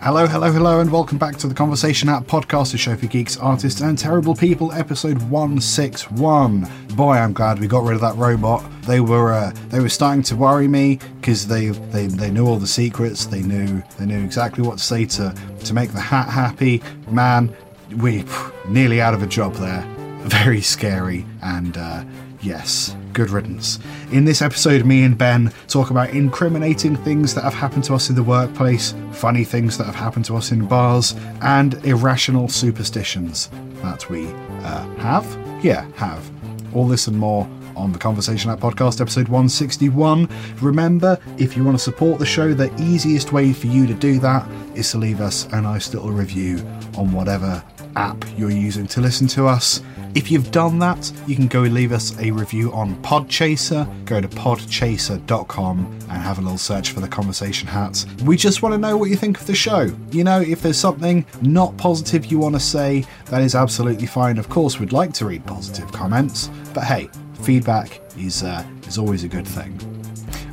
Hello, hello, hello, and welcome back to the Conversation App podcast, the show for geeks, artists, and terrible people, episode 161. Boy, I'm glad we got rid of that robot. They were uh, they were starting to worry me because they, they they knew all the secrets. They knew they knew exactly what to say to to make the hat happy. Man, we phew, nearly out of a job there. Very scary and. Uh, Yes, good riddance. In this episode, me and Ben talk about incriminating things that have happened to us in the workplace, funny things that have happened to us in bars, and irrational superstitions that we uh, have. Yeah, have. All this and more on the Conversation App Podcast, episode 161. Remember, if you want to support the show, the easiest way for you to do that is to leave us a nice little review on whatever app you're using to listen to us. If you've done that, you can go leave us a review on Podchaser. Go to podchaser.com and have a little search for the conversation hats. We just want to know what you think of the show. You know, if there's something not positive you want to say, that is absolutely fine. Of course, we'd like to read positive comments, but hey, feedback is uh, is always a good thing.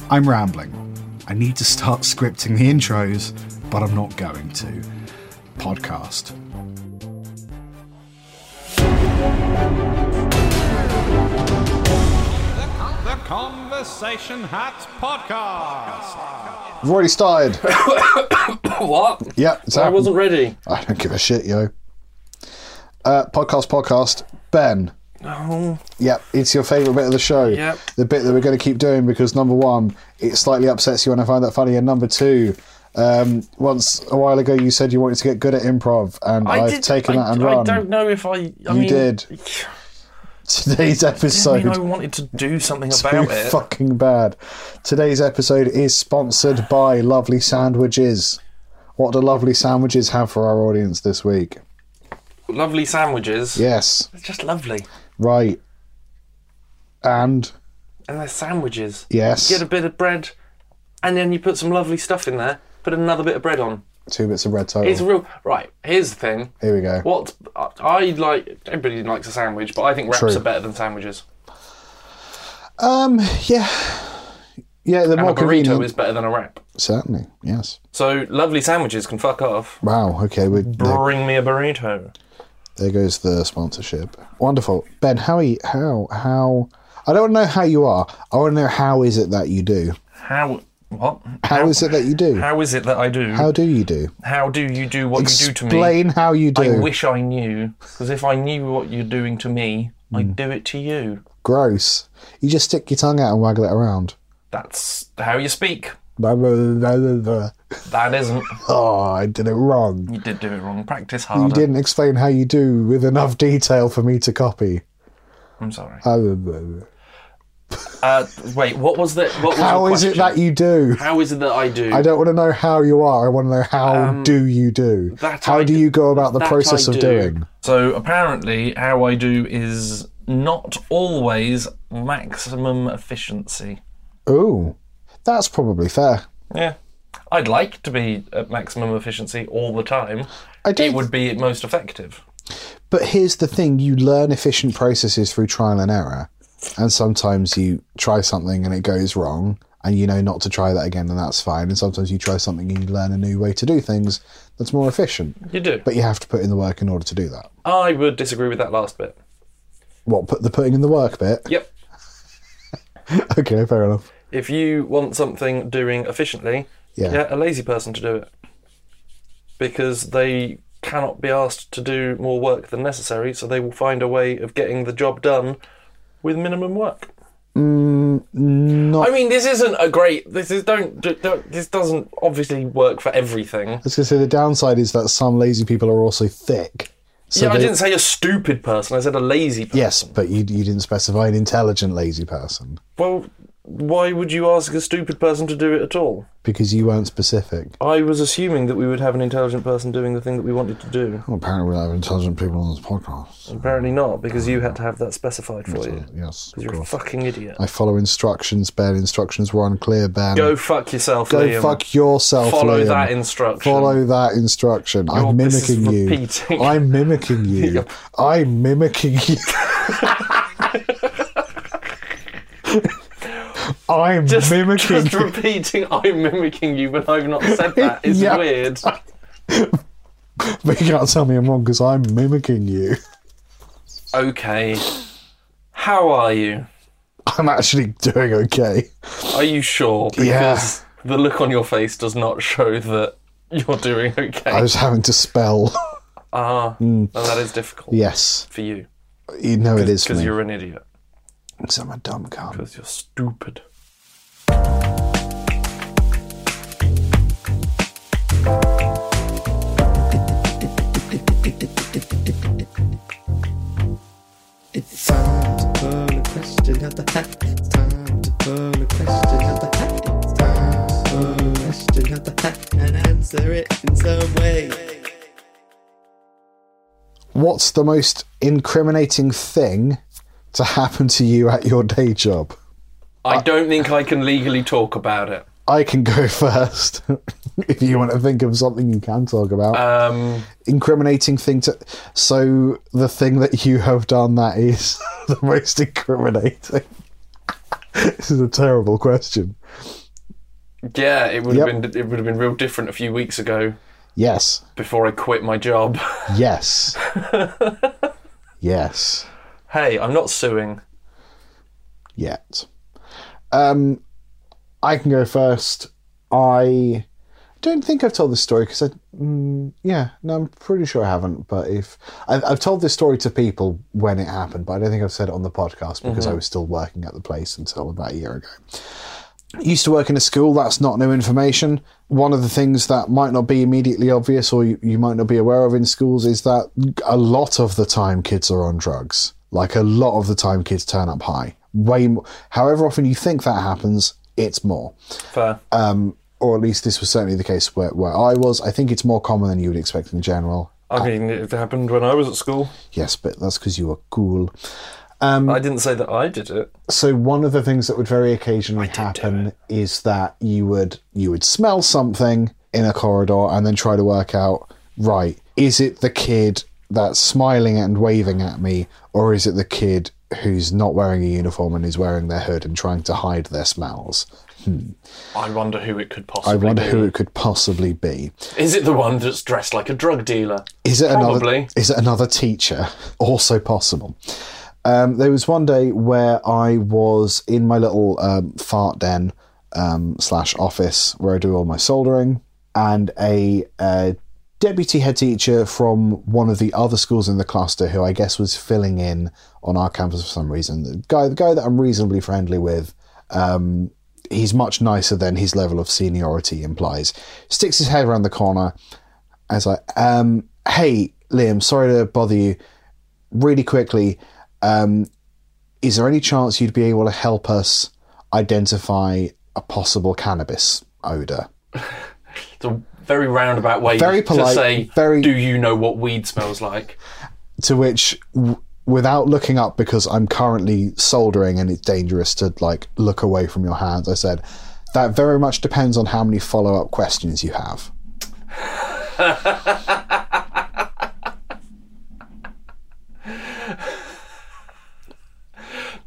I'm rambling. I need to start scripting the intros, but I'm not going to. Podcast. The Conversation Hats Podcast. I've already started. What? Yeah, it's I happened. wasn't ready. I don't give a shit, yo. Uh, podcast, podcast. Ben. Oh, Yep, it's your favourite bit of the show. Yep. The bit that we're going to keep doing because number one, it slightly upsets you and I find that funny. And number two, um, once a while ago you said you wanted to get good at improv and I have did, taken I, that and I run. don't know if I. I You mean, did. Today's I episode. mean, I wanted to do something so about it. fucking bad. Today's episode is sponsored by Lovely Sandwiches. What do Lovely Sandwiches have for our audience this week? Lovely sandwiches. Yes, They're just lovely, right. And and they're sandwiches. yes, Get a bit of bread, and then you put some lovely stuff in there. Put another bit of bread on. two bits of red total. It's real. Right. Here's the thing. Here we go. What I- I like. Everybody likes a sandwich, but I think wraps True. are better than sandwiches. Um, yeah, yeah, the And more a burrito convenient, is better than a wrap. certainly. Yes. So lovely sandwiches can fuck off. Wow. Okay. We, there, Bring me a burrito. there goes the sponsorship. Wonderful, Ben. How are you, how how? I don't know how you are. I want to know how is it that you do. How? What? how is it that you do? How is it that I do? How do you do? How do you do what you do to me? Explain how you I do. wish I knew, because if I knew what you're doing to me, Hmm. I'd do it to you. Gross. You just stick your tongue out and waggle it around. That's how you speak. Blah, blah, blah, blah, blah. That isn't. Oh, I did it wrong. You did do it wrong. Practice You harder. didn't explain how you do with enough detail for me to copy. I'm sorry. Blah, blah, blah, blah. Uh, wait, what was the? What was How your is it question? that you do? How is it that I do? I don't want to know how you are. I want to know how do you do? Um, that How I do d- you go about the that process I of do. doing? So apparently, how I do is not always maximum efficiency. Ooh, that's probably fair. Yeah. I'd like to be at maximum efficiency all the time. I do. It would be most effective. But here's the thing you learn efficient processes through trial and error. And sometimes you try something and it goes wrong, and you know not to try that again, and that's fine. And sometimes you try something and you learn a new way to do things that's more efficient. You do. But you have to put in the work in order to do that. I would disagree with that last bit. What, put the putting in the work bit? Yep. Okay, fair enough. If you want something doing efficiently, Yeah. get a lazy person to do it. Because they cannot be asked to do more work than necessary, so they will find a way of getting the job done with minimum work. Not, I mean, this isn't a great. This is don't. do- don't this doesn't obviously work for everything. I was going to say the downside is that some lazy people are also thick. So yeah, I they- didn't say a stupid person. I said a lazy person. Yes, but you, you didn't specify an intelligent lazy person Well, why would you ask a stupid person to do it at all? because you weren't specific. I was assuming that we would have an intelligent person doing the thing that we wanted to do. Well, apparently, we don't have intelligent people on this podcast. Apparently not, because you had to have that specified for you. Yes, of You're a course. fucking idiot. I follow instructions, Ben. Instructions were unclear, Ben. Go fuck yourself, Go Liam. fuck yourself, Follow Liam. that instruction. Follow that instruction. I'm Your- this is mimicking you. repeating. I'm mimicking you. I'm mimicking you. I'm Just, mimicking just repeating, I'm mimicking you, but I've not said that. It's Yeah. weird. But you can't tell me I'm wrong because I'm mimicking you. Okay. How are you? I'm actually doing okay. Are you sure? Because the look on your face does not show that you're doing I okay. was having to spell. Ah, Mm. and that is difficult yes. for you You know it is for because me. you're an idiot. 'Cause I'm a dumb cunt. Because you're stupid. It's time to burn a question out the hat. It's time to burn a question out the hat. It's time to burn a question out the hat and answer it in some way. What's the most incriminating thing to happen to you at your day job? I don't think I can legally talk about it. I can go first if you want to think of something you can talk about. Um, incriminating thing to. So the thing that you have done that is the most incriminating. this is a terrible question. yeah, it would have Yep. been it would have been real different a few weeks ago Yes. before I quit my job. Yes. yes. hey, I'm not suing. Yet. Um, I can go first. I don't think I've told this story because I. Mm, yeah, no, I'm pretty sure I haven't. But if I've, I've told this story to people when it happened, but I don't think I've said it on the podcast because I was still working at the place until about a year ago. used to work in a school, that's not new information. One of the things that might not be immediately obvious or you, you might not be aware of in schools is that a lot of the time kids are on drugs. Like a lot of the time kids turn up high. Way more. However often you think that happens, it's more Fair. Uh, or at least this was certainly the case where, where I was. I think it's more common than you would expect in general. I mean, it happened when I was at school. Yes, but that's because you were cool. um, I didn't say that I did it. So one of the things that would very occasionally happen is that you would you would smell something in a corridor and then try to work out right is it the kid that's smiling and waving at me or is it the kid who's not wearing a uniform and is wearing their hood and trying to hide their smells? I wonder who it could I possibly wonder be. who it could possibly be. Is it the one that's dressed like a drug dealer? Is it another? Probably. Is it another teacher? Also possible. Um, there was one day where I was in my little um, fart den um, slash office where I do all my soldering, and a, uh deputy head teacher from one of the other schools in the cluster, who I guess was filling in on our campus for some reason. The guy, the guy that I'm reasonably friendly with, um, he's much nicer than his level of seniority implies. Sticks his head around the corner I was like, um, hey, Liam, sorry to bother you. Really quickly, um, is there any chance you'd be able to help us identify a possible cannabis odor? It's a very roundabout way Very polite, to say, very- do you know what weed smells like? To which, w- without looking up, because I'm currently soldering and it's dangerous to like look away from your hands, I said, that very much depends on how many follow up questions you have.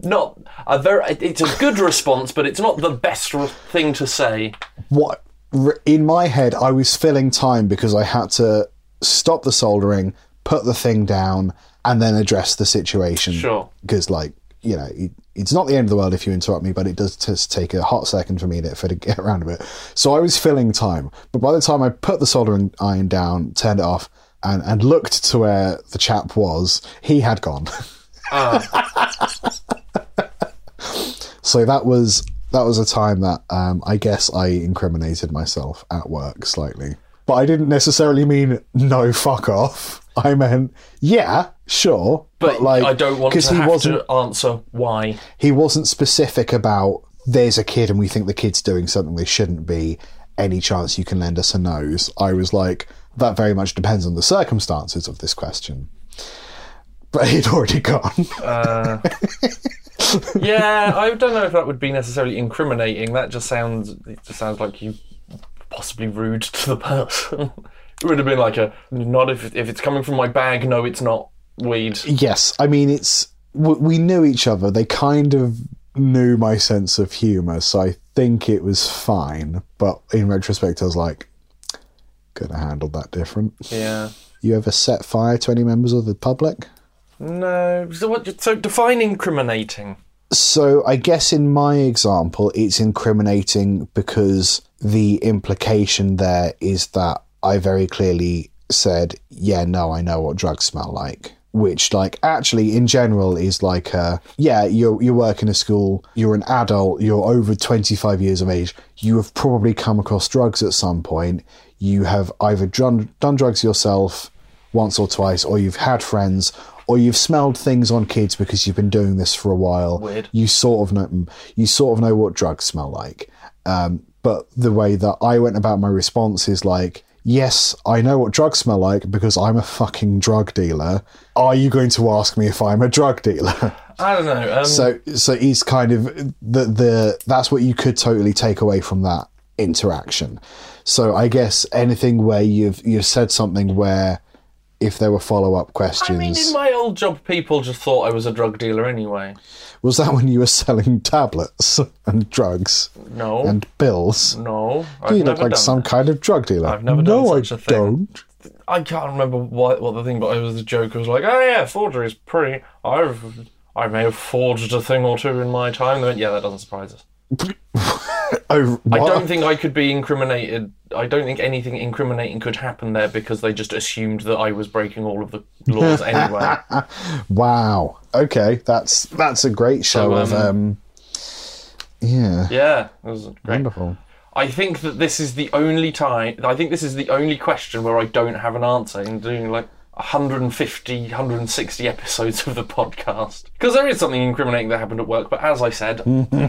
Not a very. it- It's a good response, but it's not the best re- thing to say. what r- in my head I was filling time because I had to stop the soldering, put the thing down, and then address the situation. Sure. Because like you know, it, it's not the end of the world if you interrupt me, but it does just take a hot second for me to, for to get around to it. So I was filling time, but by the time I put the soldering iron down, turned it off, and and looked to where the chap was, he had gone. So that was that was a time that um, I guess I incriminated myself at work slightly, but I didn't necessarily mean no fuck off. I meant yeah, sure, But, like I don't want because to he have wasn't to answer why. he wasn't specific about there's a kid and we think the kid's doing something they shouldn't be. Any chance you can lend us a nose? I was like that very much depends on the circumstances of this question, but he'd already gone. Yeah, I don't know if that would be necessarily incriminating. That just sounds. It just sounds like you possibly rude to the person. it would have been like a not if if it's coming from my bag. No, it's not weed. Yes, I mean it's w- we knew each other. They kind of knew my sense of humour, so I think it was fine. But in retrospect, I was like, Could have handled that different. Yeah. You ever set fire to any members of the public? No. So what? So define incriminating. So I guess in my example, it's incriminating because the implication there is that I very clearly said, "Yeah, no, I know what drugs smell like." Which, like, actually, in general, is like, uh, yeah, you you work in a school, you're an adult, you're over twenty five years of age, you have probably come across drugs at some point. You have either done done drugs yourself, once or twice, or you've had friends, or you've smelled things on kids because you've been doing this for a while. Weird. You sort of know. mm, You sort of know what drugs smell like. Um, but the way that I went about my response is like, yes, I know what drugs smell like because I'm a fucking drug dealer. Are you going to ask me if I'm a drug dealer? I don't know. Um, so, so he's kind of the the that's what you could totally take away from that interaction. So, I guess anything where you've you've said something where if there were follow up I questions, mean, in my old job, people just thought I was a drug dealer anyway. was that when you were selling tablets and drugs No. and pills? no. I've You never look like done some that. kind of drug dealer. I've never no, done such I a thing. don't. I can't remember what what the thing, but it was a joke. It was like, oh yeah, forgery is pretty. I've I may have forged a thing or two in my time. They went, yeah, that doesn't surprise us. Oh, I what? don't think I could be incriminated. I don't think anything incriminating could happen there because they just assumed that I was breaking all of the laws anyway. Wow. Okay, that's that's a great show of um, um. Yeah. Yeah, that was great. Wonderful. I think that this is the only time. I think this is the only question where I don't have an answer in doing like 150, 160 episodes of the podcast. Because there is something incriminating that happened at work, but as I said,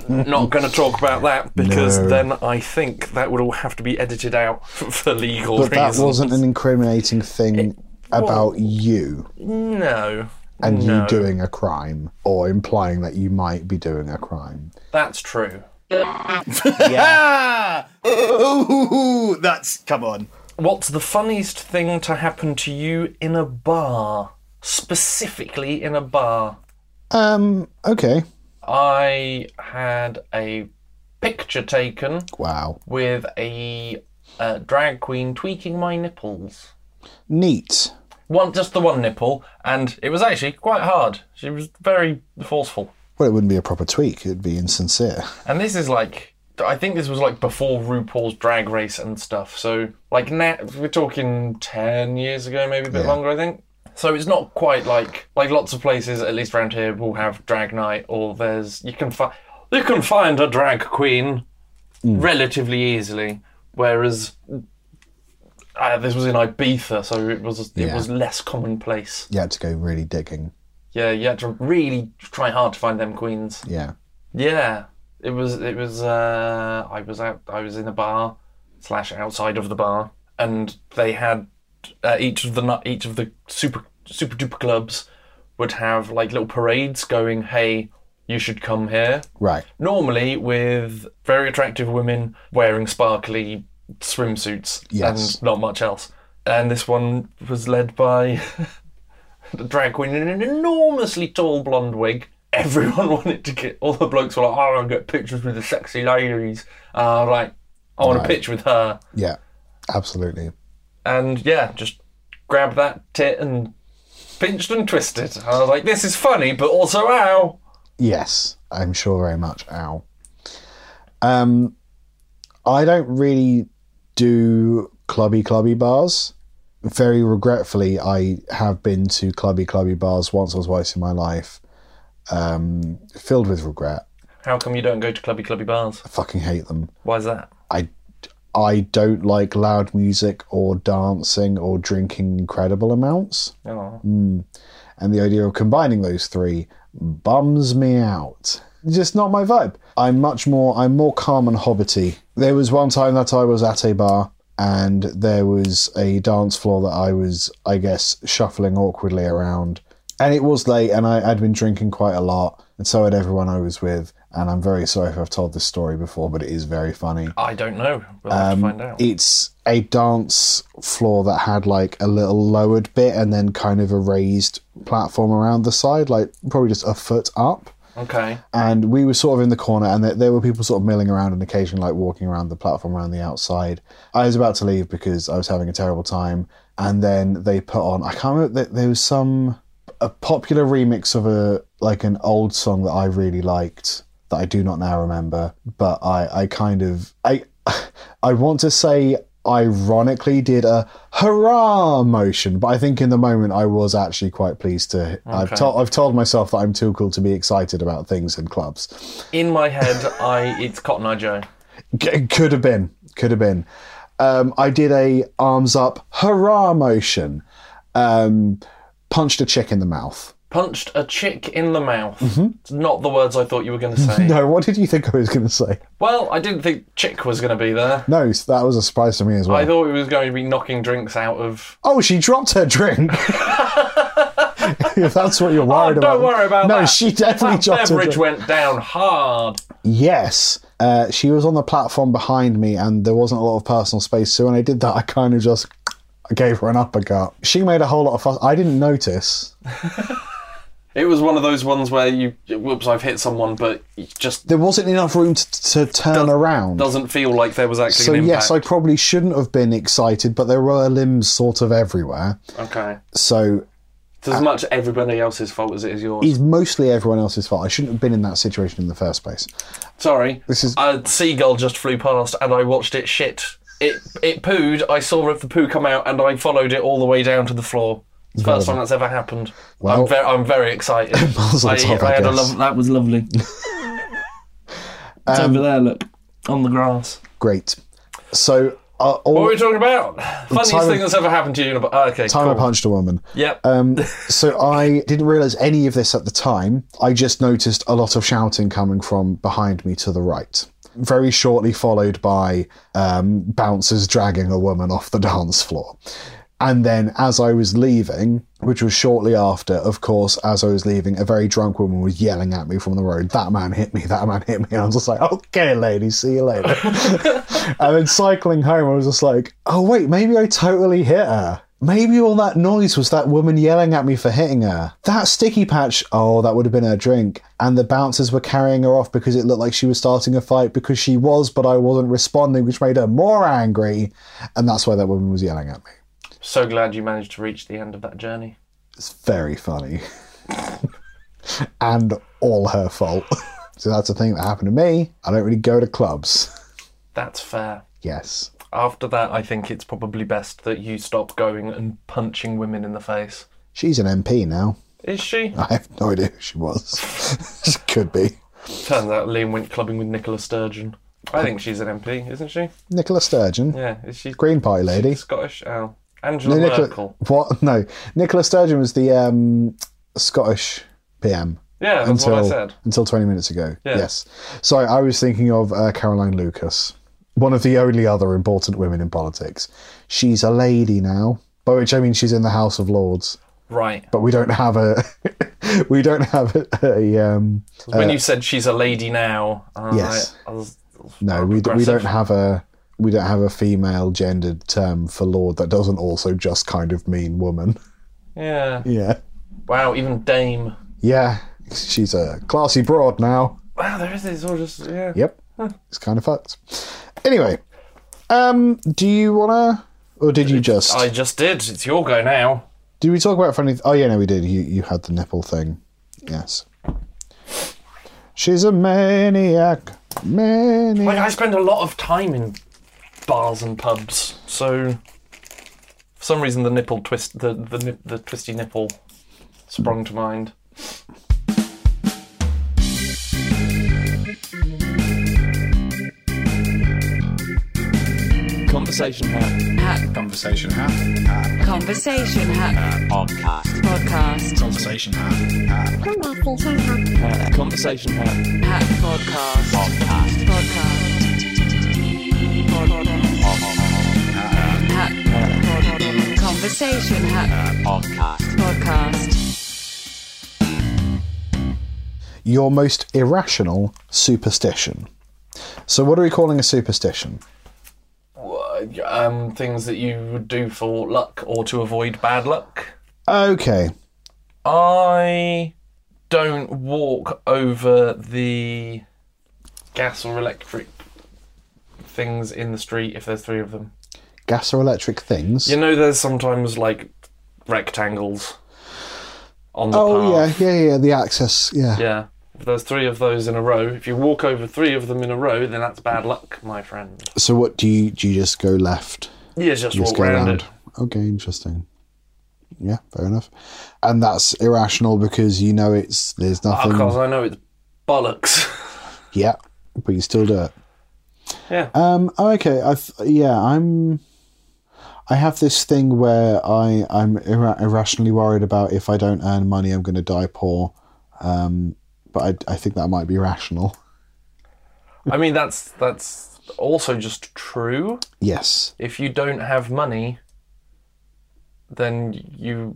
not going to talk about that because No. then I think that would all have to be edited out for, for legal But reasons. that wasn't an incriminating thing about you No. and no, you doing a crime or implying that you might be doing a crime. That's true. Ah! Ooh, that's come on. What's the funniest thing to happen to you in a bar? Specifically in a bar. Um, okay. I had a picture taken Wow. with a, uh drag queen tweaking my nipples. Neat. One, just the one nipple, and it was actually quite hard. She was very forceful. Well, it wouldn't be a proper tweak, it'd be insincere. And this is like, I think this was like before RuPaul's Drag Race and stuff. So like now, we're talking ten years ago, maybe a bit longer, I think. So it's not quite like like lots of places, at least around here, will have drag night, or there's you can find you can find a drag queen relatively easily, whereas. Uh, this was in Ibiza, so it was it Yeah. was less commonplace. You had to go really digging. Yeah, you had to really try hard to find them queens. Yeah. Yeah, it was. It was. Uh, I was out. I was in a bar slash outside of the bar, and they had uh, each of the nu- each of the super super duper clubs would have like little parades going. Hey, you should come here. Right. Normally with very attractive women wearing sparkly swimsuits Yes. and not much else. And this one was led by the drag queen in an enormously tall blonde wig. Everyone wanted to get. All the blokes were like, "I want to get pictures with the sexy ladies." Uh, like, I want a Right. picture with her. Yeah. Absolutely. And yeah, just grabbed that tit and pinched and twisted. I was like, "This is funny, but also ow." Yes, I'm sure very much. Ow. Um, I don't really do clubby clubby bars. Very regretfully, I have been to clubby clubby bars once or twice in my life, um, filled with regret. How come you don't go to clubby clubby bars? I fucking hate them. Why's that? I I don't like loud music or dancing or drinking incredible amounts. Oh. and the idea of combining those three bums me out. Just not my vibe. I'm much more I'm more calm and hobbity. There was one time that I was at a bar and there was a dance floor that I was, I guess, shuffling awkwardly around. And it was late and I, I'd been drinking quite a lot, and so had everyone I was with. And I'm very sorry if I've told this story before, but it is very funny. I don't know. We'll have Um, to find out. It's a dance floor that had like a little lowered bit and then kind of a raised platform around the side, like probably just a foot up. Okay. and we were sort of in the corner and there, there were people sort of milling around and occasionally like walking around the platform around the outside i was about to leave because i was having a terrible time and then they put on i can't remember there, there was some a popular remix of a like an old song that i really liked that i do not now remember but i i kind of i i want to say ironically did a hurrah motion but i think in the moment i was actually quite pleased to i've Okay. told I've told myself that I'm too cool to be excited about things and clubs. In my head, I it's Cotton Eye Joe. C- could have been, could have been. Um, I did a arms up hurrah motion, um, punched a chick in the mouth. Punched a chick in the mouth. It's not the words I thought you were going to say. Mm-hmm. No, what did you think I was going to say? Well, I didn't think chick was going to be there. No, so that was a surprise to me as well. I thought it was going to be knocking drinks out of. oh, she dropped her drink. if that's what you're Oh, worried don't about. worry about no, that. she definitely that dropped her beverage drink. went down hard. Yes. Uh, she was on the platform behind me, and there wasn't a lot of personal space. So when I did that, I kind of just gave her an uppercut. She made a whole lot of fuss. I didn't notice. It was one of those ones where you, whoops, I've hit someone, but it just There wasn't enough room to, to turn around. doesn't feel like there was actually so an impact. yes, I probably shouldn't have been excited, but there were limbs sort of everywhere. Okay. So It's as much everybody else's fault as it is yours. it's mostly everyone else's fault. I shouldn't have been in that situation in the first place. Sorry. This is- a seagull just flew past and I watched it shit. It it pooed. I saw the poo come out and I followed it all the way down to the floor. It's the first time that's ever happened. Well- I'm very I'm very excited. Balls on top, I guess. that was lovely. it's Um, over there. Look on the grass. Great. So uh, What all, were we talking about? Funniest time- thing that's ever happened to you. in a- oh, Okay, time cool. I punched a woman. Yep. Um, so I didn't realize any of this at the time. I just noticed a lot of shouting coming from behind me to the right. Very shortly followed by um, bouncers dragging a woman off the dance floor. And then, as I was leaving, which was shortly after, of course, as I was leaving, a very drunk woman was yelling at me from the road, That man hit me, that man hit me. And I was just like, Okay, lady, see you later. and then cycling home, I was just like, Oh, wait, maybe I totally hit her. Maybe all that noise was that woman yelling at me for hitting her. That sticky patch, oh, that would have been her drink. And the bouncers were carrying her off because it looked like she was starting a fight because she was, but I wasn't responding, which made her more angry. And that's why that woman was yelling at me. so glad you managed to reach the end of that journey. It's very funny. and all her fault. so that's the thing that happened to me. I don't really go to clubs. That's fair. Yes. After that, I think it's probably best that you stop going and punching women in the face. She's an MP now. Is she? I have no idea who she was. she could be. Turns out Liam went clubbing with Nicola Sturgeon. I think she's an MP, isn't she? Nicola Sturgeon. Yeah, is she Green Party lady. Scottish? Oh, Angela No, Nicola- Merkel. what? No. Nicola Sturgeon was the um, Scottish PM. Yeah, that's until what I said. until 20 minutes ago. Yeah. Yes. Sorry, I was thinking of uh, Caroline Lucas, one of the only other important women in politics. She's a lady now, by which I mean she's in the House of Lords, Right. but we don't have a we don't have a, a um, when you said she's a lady now, uh, Yes. I, I was, no we, d- we don't have a we don't have a female gendered term for lord that doesn't also just kind of mean woman. Yeah. Yeah. Wow. Even Dame. Yeah. She's a classy broad now. Wow. There is. It's all just. Yeah. Yep. It's kind of fucked. Anyway, um, do you wanna, or did you just? I just did. It's your go now. Did we talk about funny? oh yeah, no, we did. You you had the nipple thing. Yes. She's a maniac. Like Maniac. I spend a lot of time in bars and pubs, so for some reason the nipple twist, the the, nip- the twisty nipple, sprung to mind. Conversation hat. Conversation hat. Conversation Hat Podcast. Podcast. Conversation hat. Conversation hat. Hat Podcast. Podcast. Podcast. Hat Podcast. Conversation Hat Podcast. Podcast. Your most irrational superstition. So what are we calling a superstition? Um, things that you would do for luck or to avoid bad luck. Okay. I don't walk over the gas or electric things in the street if there's three of them. Gas or electric things? You know, there's sometimes like rectangles on the oh, path. yeah, yeah, yeah. The access, yeah. Yeah. If there's three of those in a row, if you walk over three of them in a row, then that's bad luck, my friend. So what do you do? You just go left. You just, You just walk go round round. it. Okay, interesting. Yeah, fair enough. And that's irrational because you know it's there's nothing. Because Ah, I know it's bollocks. Yeah, but you still do it. Yeah. Um. Okay. I. th- Yeah. I'm. I have this thing where I I'm irra- irrationally worried about if I don't earn money, I'm going to die poor. Um. But I I think that might be rational. I mean, that's that's also just true. Yes. If you don't have money, then you.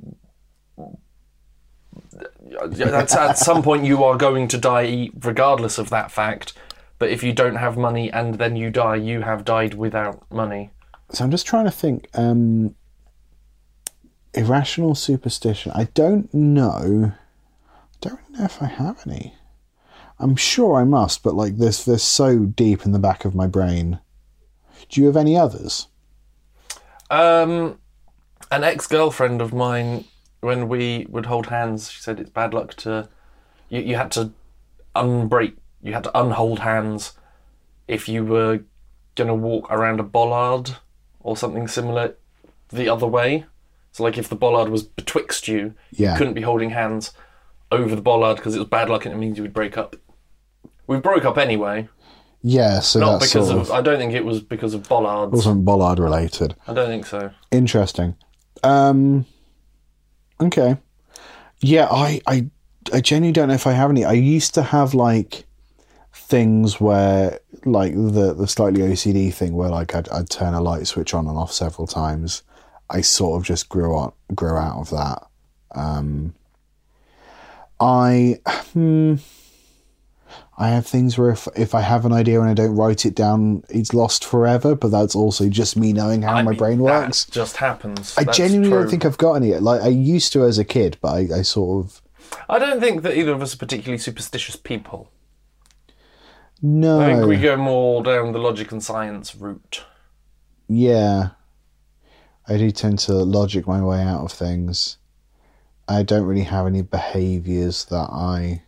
That's, at some point, you are going to die regardless of that fact. But if you don't have money and then you die, you have died without money. So I'm just trying to think. Um, irrational superstition. I don't know. I don't really know if I have any. I'm sure I must, but like this, they're so deep in the back of my brain. Do you have any others? Um, an ex girlfriend of mine, when we would hold hands, she said it's bad luck to. You, you had to unbreak, you had to unhold hands if you were going to walk around a bollard or something similar the other way. So, like, if the bollard was betwixt you, Yeah. you couldn't be holding hands over the bollard because it was bad luck and it means you would break up. We broke up anyway, Yeah. So not that's because sort of, I don't think it was because of bollards. wasn't Bollard related. I don't think so. Interesting. Um, okay. Yeah, I, I, I genuinely don't know if I have any. I used to have like things where, like the the slightly OCD thing, where like I'd, I'd turn a light switch on and off several times. I sort of just grew on, grew out of that. Um, I, hmm, I have things where if if I have an idea and I don't write it down, it's lost forever. But that's also just me knowing how I my mean, brain that works. Just happens. I That's genuinely true. don't think I've got any. Like I used to as a kid, but I, I sort of I don't think that either of us are particularly superstitious people. no. I think we go more down the logic and science route. Yeah, I do tend to logic my way out of things. I don't really have any behaviours that I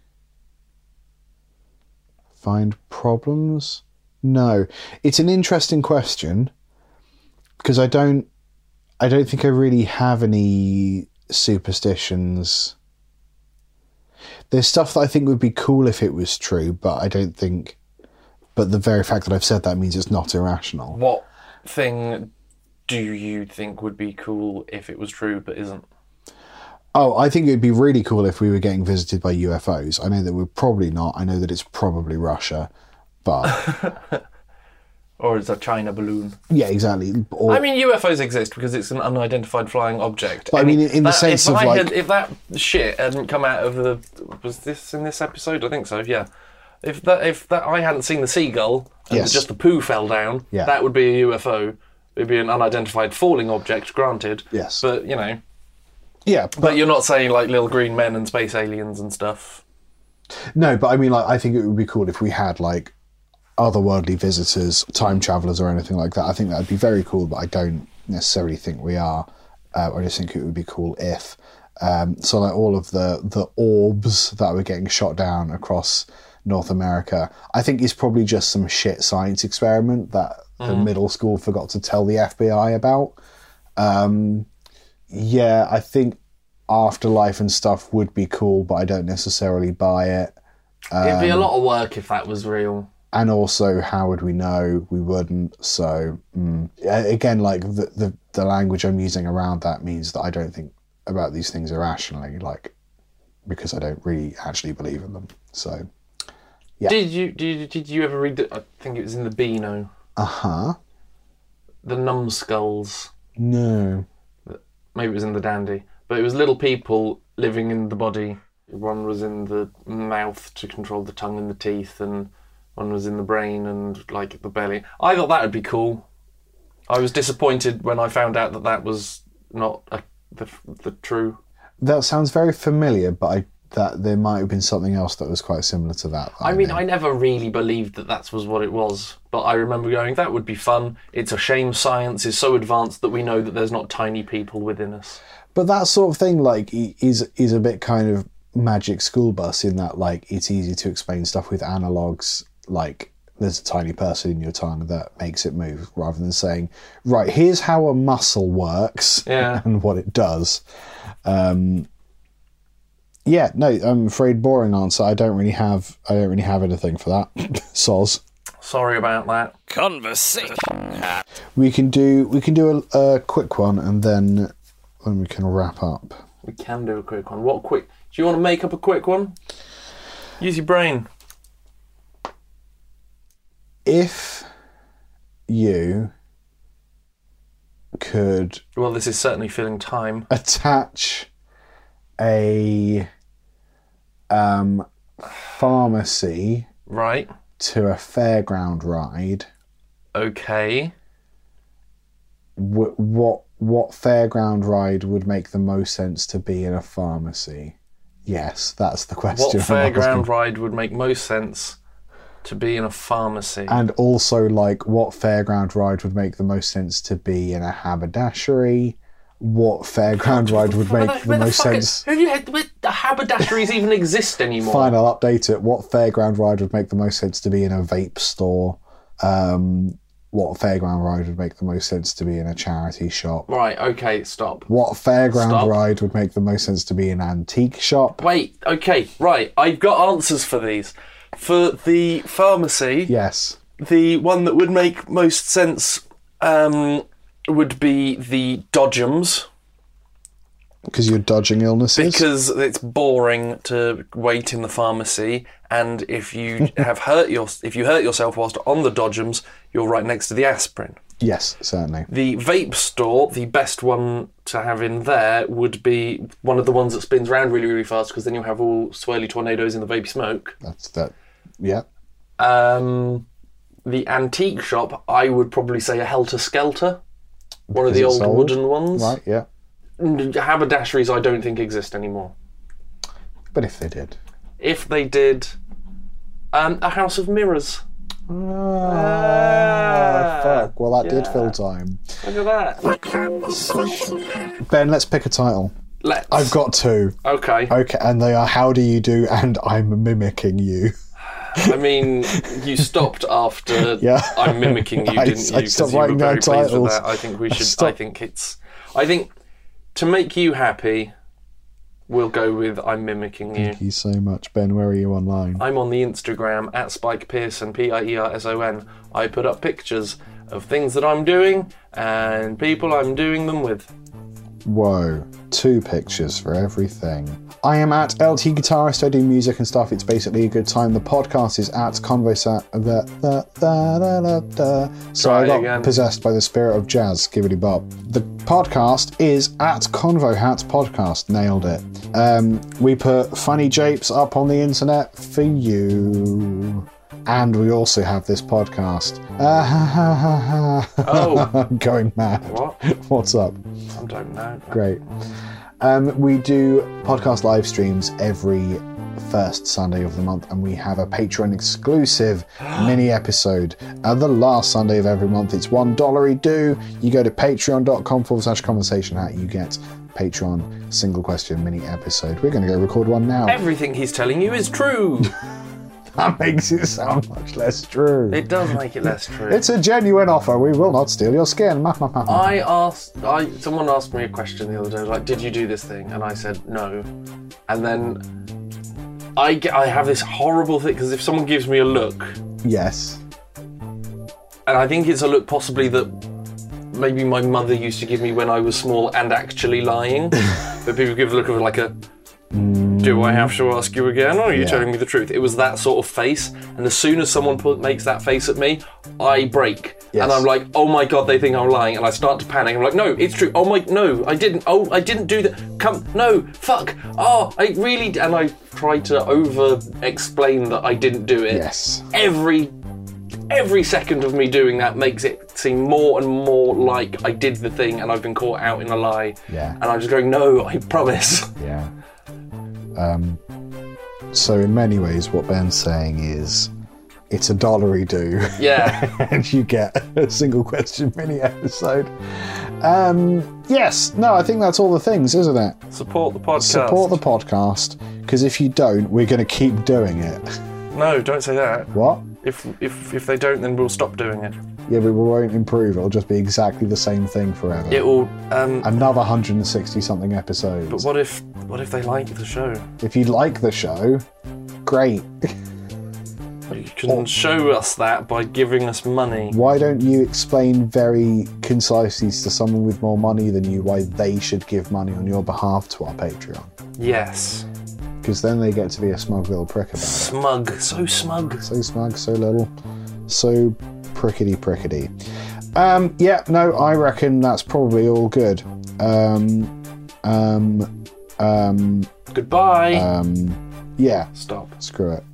find problems. No, it's an interesting question because I don't. I don't think I really have any superstitions. There's stuff that I think would be cool if it was true, but I don't think. But the very fact that I've said that means it's not irrational. What thing do you think would be cool if it was true but isn't? Oh, I think it'd be really cool if we were getting visited by UFOs. I know that we're probably not. I know that it's probably Russia, but Or is a China balloon? yeah, exactly. Or, I mean, UFOs exist because it's an unidentified flying object. But I mean, in- in the that- sense if of, I had, like- if that shit hadn't come out of the was this in this episode? I think so. Yeah. If that if that I hadn't seen the seagull and Yes. just the poo fell down, Yeah. that would be a UFO. It'd be an unidentified falling object, granted. Yes. But you know, yeah, but but you're not saying like little green men and space aliens and stuff. no, but I mean, like, I think it would be cool if we had like otherworldly visitors, time travelers, or anything like that. I think that'd be very cool, but I don't necessarily think we are. Uh, I just think it would be cool if. Um, so, like all of the the orbs that were getting shot down across North America, I think is probably just some shit science experiment that the middle school forgot to tell the FBI about. Um, yeah, I think afterlife and stuff would be cool, but I don't necessarily buy it. It'd Um, be a lot of work if that was real. and also how would we know we wouldn't so mm. A- again like the, the the language i'm using around that means that i don't think about these things irrationally like because i don't really actually believe in them so Did you did you, did you ever read? The, I think it was in the Beano, uh-huh the numbskulls. no maybe it was in the dandy, but it was little people living in the body. One was in the mouth to control the tongue and the teeth, and one was in the brain and like the belly. I thought that would be cool. I was disappointed when I found out that that was not a, the the true. that sounds very familiar but i that there might have been something else that was quite similar to that. that I mean, knew. I never really believed that that was what it was, but I remember going, that would be fun. It's a shame science is so advanced that we know that there's not tiny people within us. but that sort of thing like i- is is a bit kind of magic school bus in that like it's easy to explain stuff with analogs like there's a tiny person in your tongue that makes it move rather than saying right here's how a muscle works Yeah. and what it does um yeah no i'm afraid boring answer i don't really have i don't really have anything for that soz Sorry about that. Conversation. we can do we can do a, a quick one and then then we can wrap up We can do a quick one. What quick? Do you want to make up a quick one? Use your brain. if you could Well, this is certainly filling time. attach a um, pharmacy Right. to a fairground ride, Okay. wh- what what fairground ride would make the most sense to be in a pharmacy? Yes, that's the question. What I'm asking. fairground ride would make most sense to be in a pharmacy? And also, like, what fairground ride would make the most sense to be in a haberdashery? What fairground ride would Where make the most fuck sense? Is, who you had? Where, the haberdasheries even exist anymore? Fine, I'll update it. What fairground ride would make the most sense to be in a vape store? Um, what fairground ride would make the most sense to be in a charity shop? Right. Okay. Stop. What fairground Stop. ride would make the most sense to be in an antique shop? Wait. Okay. Right. I've got answers for these. For the pharmacy, Yes. the one that would make most sense um, would be the Dodgems. Because you're dodging illnesses. Because it's boring to wait in the pharmacy, and if you have hurt your if you hurt yourself whilst on the Dodgems, you're right next to the aspirin. yes, certainly. The vape store, the best one to have in there, would be one of the ones that spins round really really fast because then you have all swirly tornadoes in the vape smoke. That's that. Yeah. Um, the antique shop, I would probably say a helter skelter, one of Is the it old sold? wooden ones. Right. Yeah. N- Haberdasheries, I don't think exist anymore. But if they did. if they did um, a House of Mirrors. Ah, fuck. Well, that did fill time. Look at that. Ben, let's pick a title. Let's. I've got two. Okay. Okay, and they are How Do You Do and I'm Mimicking You. I mean, you stopped after Yeah. I'm mimicking you, I- didn't you? I 'Cause stopped you were writing very down pleased with titles. that. I think we I should. I, stopped- think it's. I think to make you happy, we'll go with I'm mimicking you. Thank you so much, Ben. Where are you online? I'm on the Instagram at Spike Pearson, P I E R S O N. I put up pictures of things that I'm doing and people I'm doing them with. Whoa, two pictures for everything. I am at LT Guitarist. I do music and stuff. It's basically a good time. The podcast is at Convo. Sa- da, da, da, da, da, da. So Try I got again. possessed by the spirit of jazz, gibbity bob. The podcast is at Convo Hat Podcast. Nailed it. Um, we put funny japes up on the internet for you. And we also have this podcast. Ah, ha, ha, ha, ha. Oh. I'm going mad. What? What's up? I don't know. Great. Um, we do podcast live streams every first Sunday of the month, and we have a Patreon exclusive mini episode uh, the last Sunday of every month. It's one dollar e do. You go to patreon.com forward slash conversation hat, you get Patreon single question mini episode. We're going to go record one now. Everything he's telling you is true. That makes it sound much less true. It does make it less true. It's a genuine offer. We will not steal your skin. Ma, ma, ma, ma. I asked, I someone asked me a question the other day, like, "Did you do this thing?" And I said no, and then I get, I have this horrible thing because if someone gives me a look, Yes. and I think it's a look possibly that maybe my mother used to give me when I was small and actually lying, but people give a look of like a. Do I have to ask you again, or are you Yeah. telling me the truth? It was that sort of face, and as soon as someone put, makes that face at me, I break, Yes. and I'm like, "Oh my god, they think I'm lying," and I start to panic. I'm like, "No, it's true. Oh my, no, I didn't. Oh, I didn't do that. Come, no, fuck. Oh, I really." d-" And I try to over-explain that I didn't do it Yes. every every second of me doing that makes it seem more and more like I did the thing and I've been caught out in a lie. Yeah. And I'm just going, no, I promise. Yeah. Um, So, in many ways, what Ben's saying is it's a dollary do, Yeah. and you get a single question mini episode. Um, yes, no, I think that's all the things, isn't it? Support the podcast. Support the podcast, because if you don't, we're going to keep doing it. No, don't say that. What? If if if they don't, then we'll stop doing it. Yeah, but we won't improve. It'll just be exactly the same thing forever. It will. Um. Another 160 something episodes. But what if what if they like the show? If you like the show, great. You can Oh. show us that by giving us money. Why don't you explain very concisely to someone with more money than you why they should give money on your behalf to our Patreon? Yes. Because then they get to be a smug little prick about it. Smug. So smug. So smug, so little, so prickety prickety. Um, yeah, no, I reckon that's probably all good. Um, um, um, Goodbye. um, yeah, stop. screw it.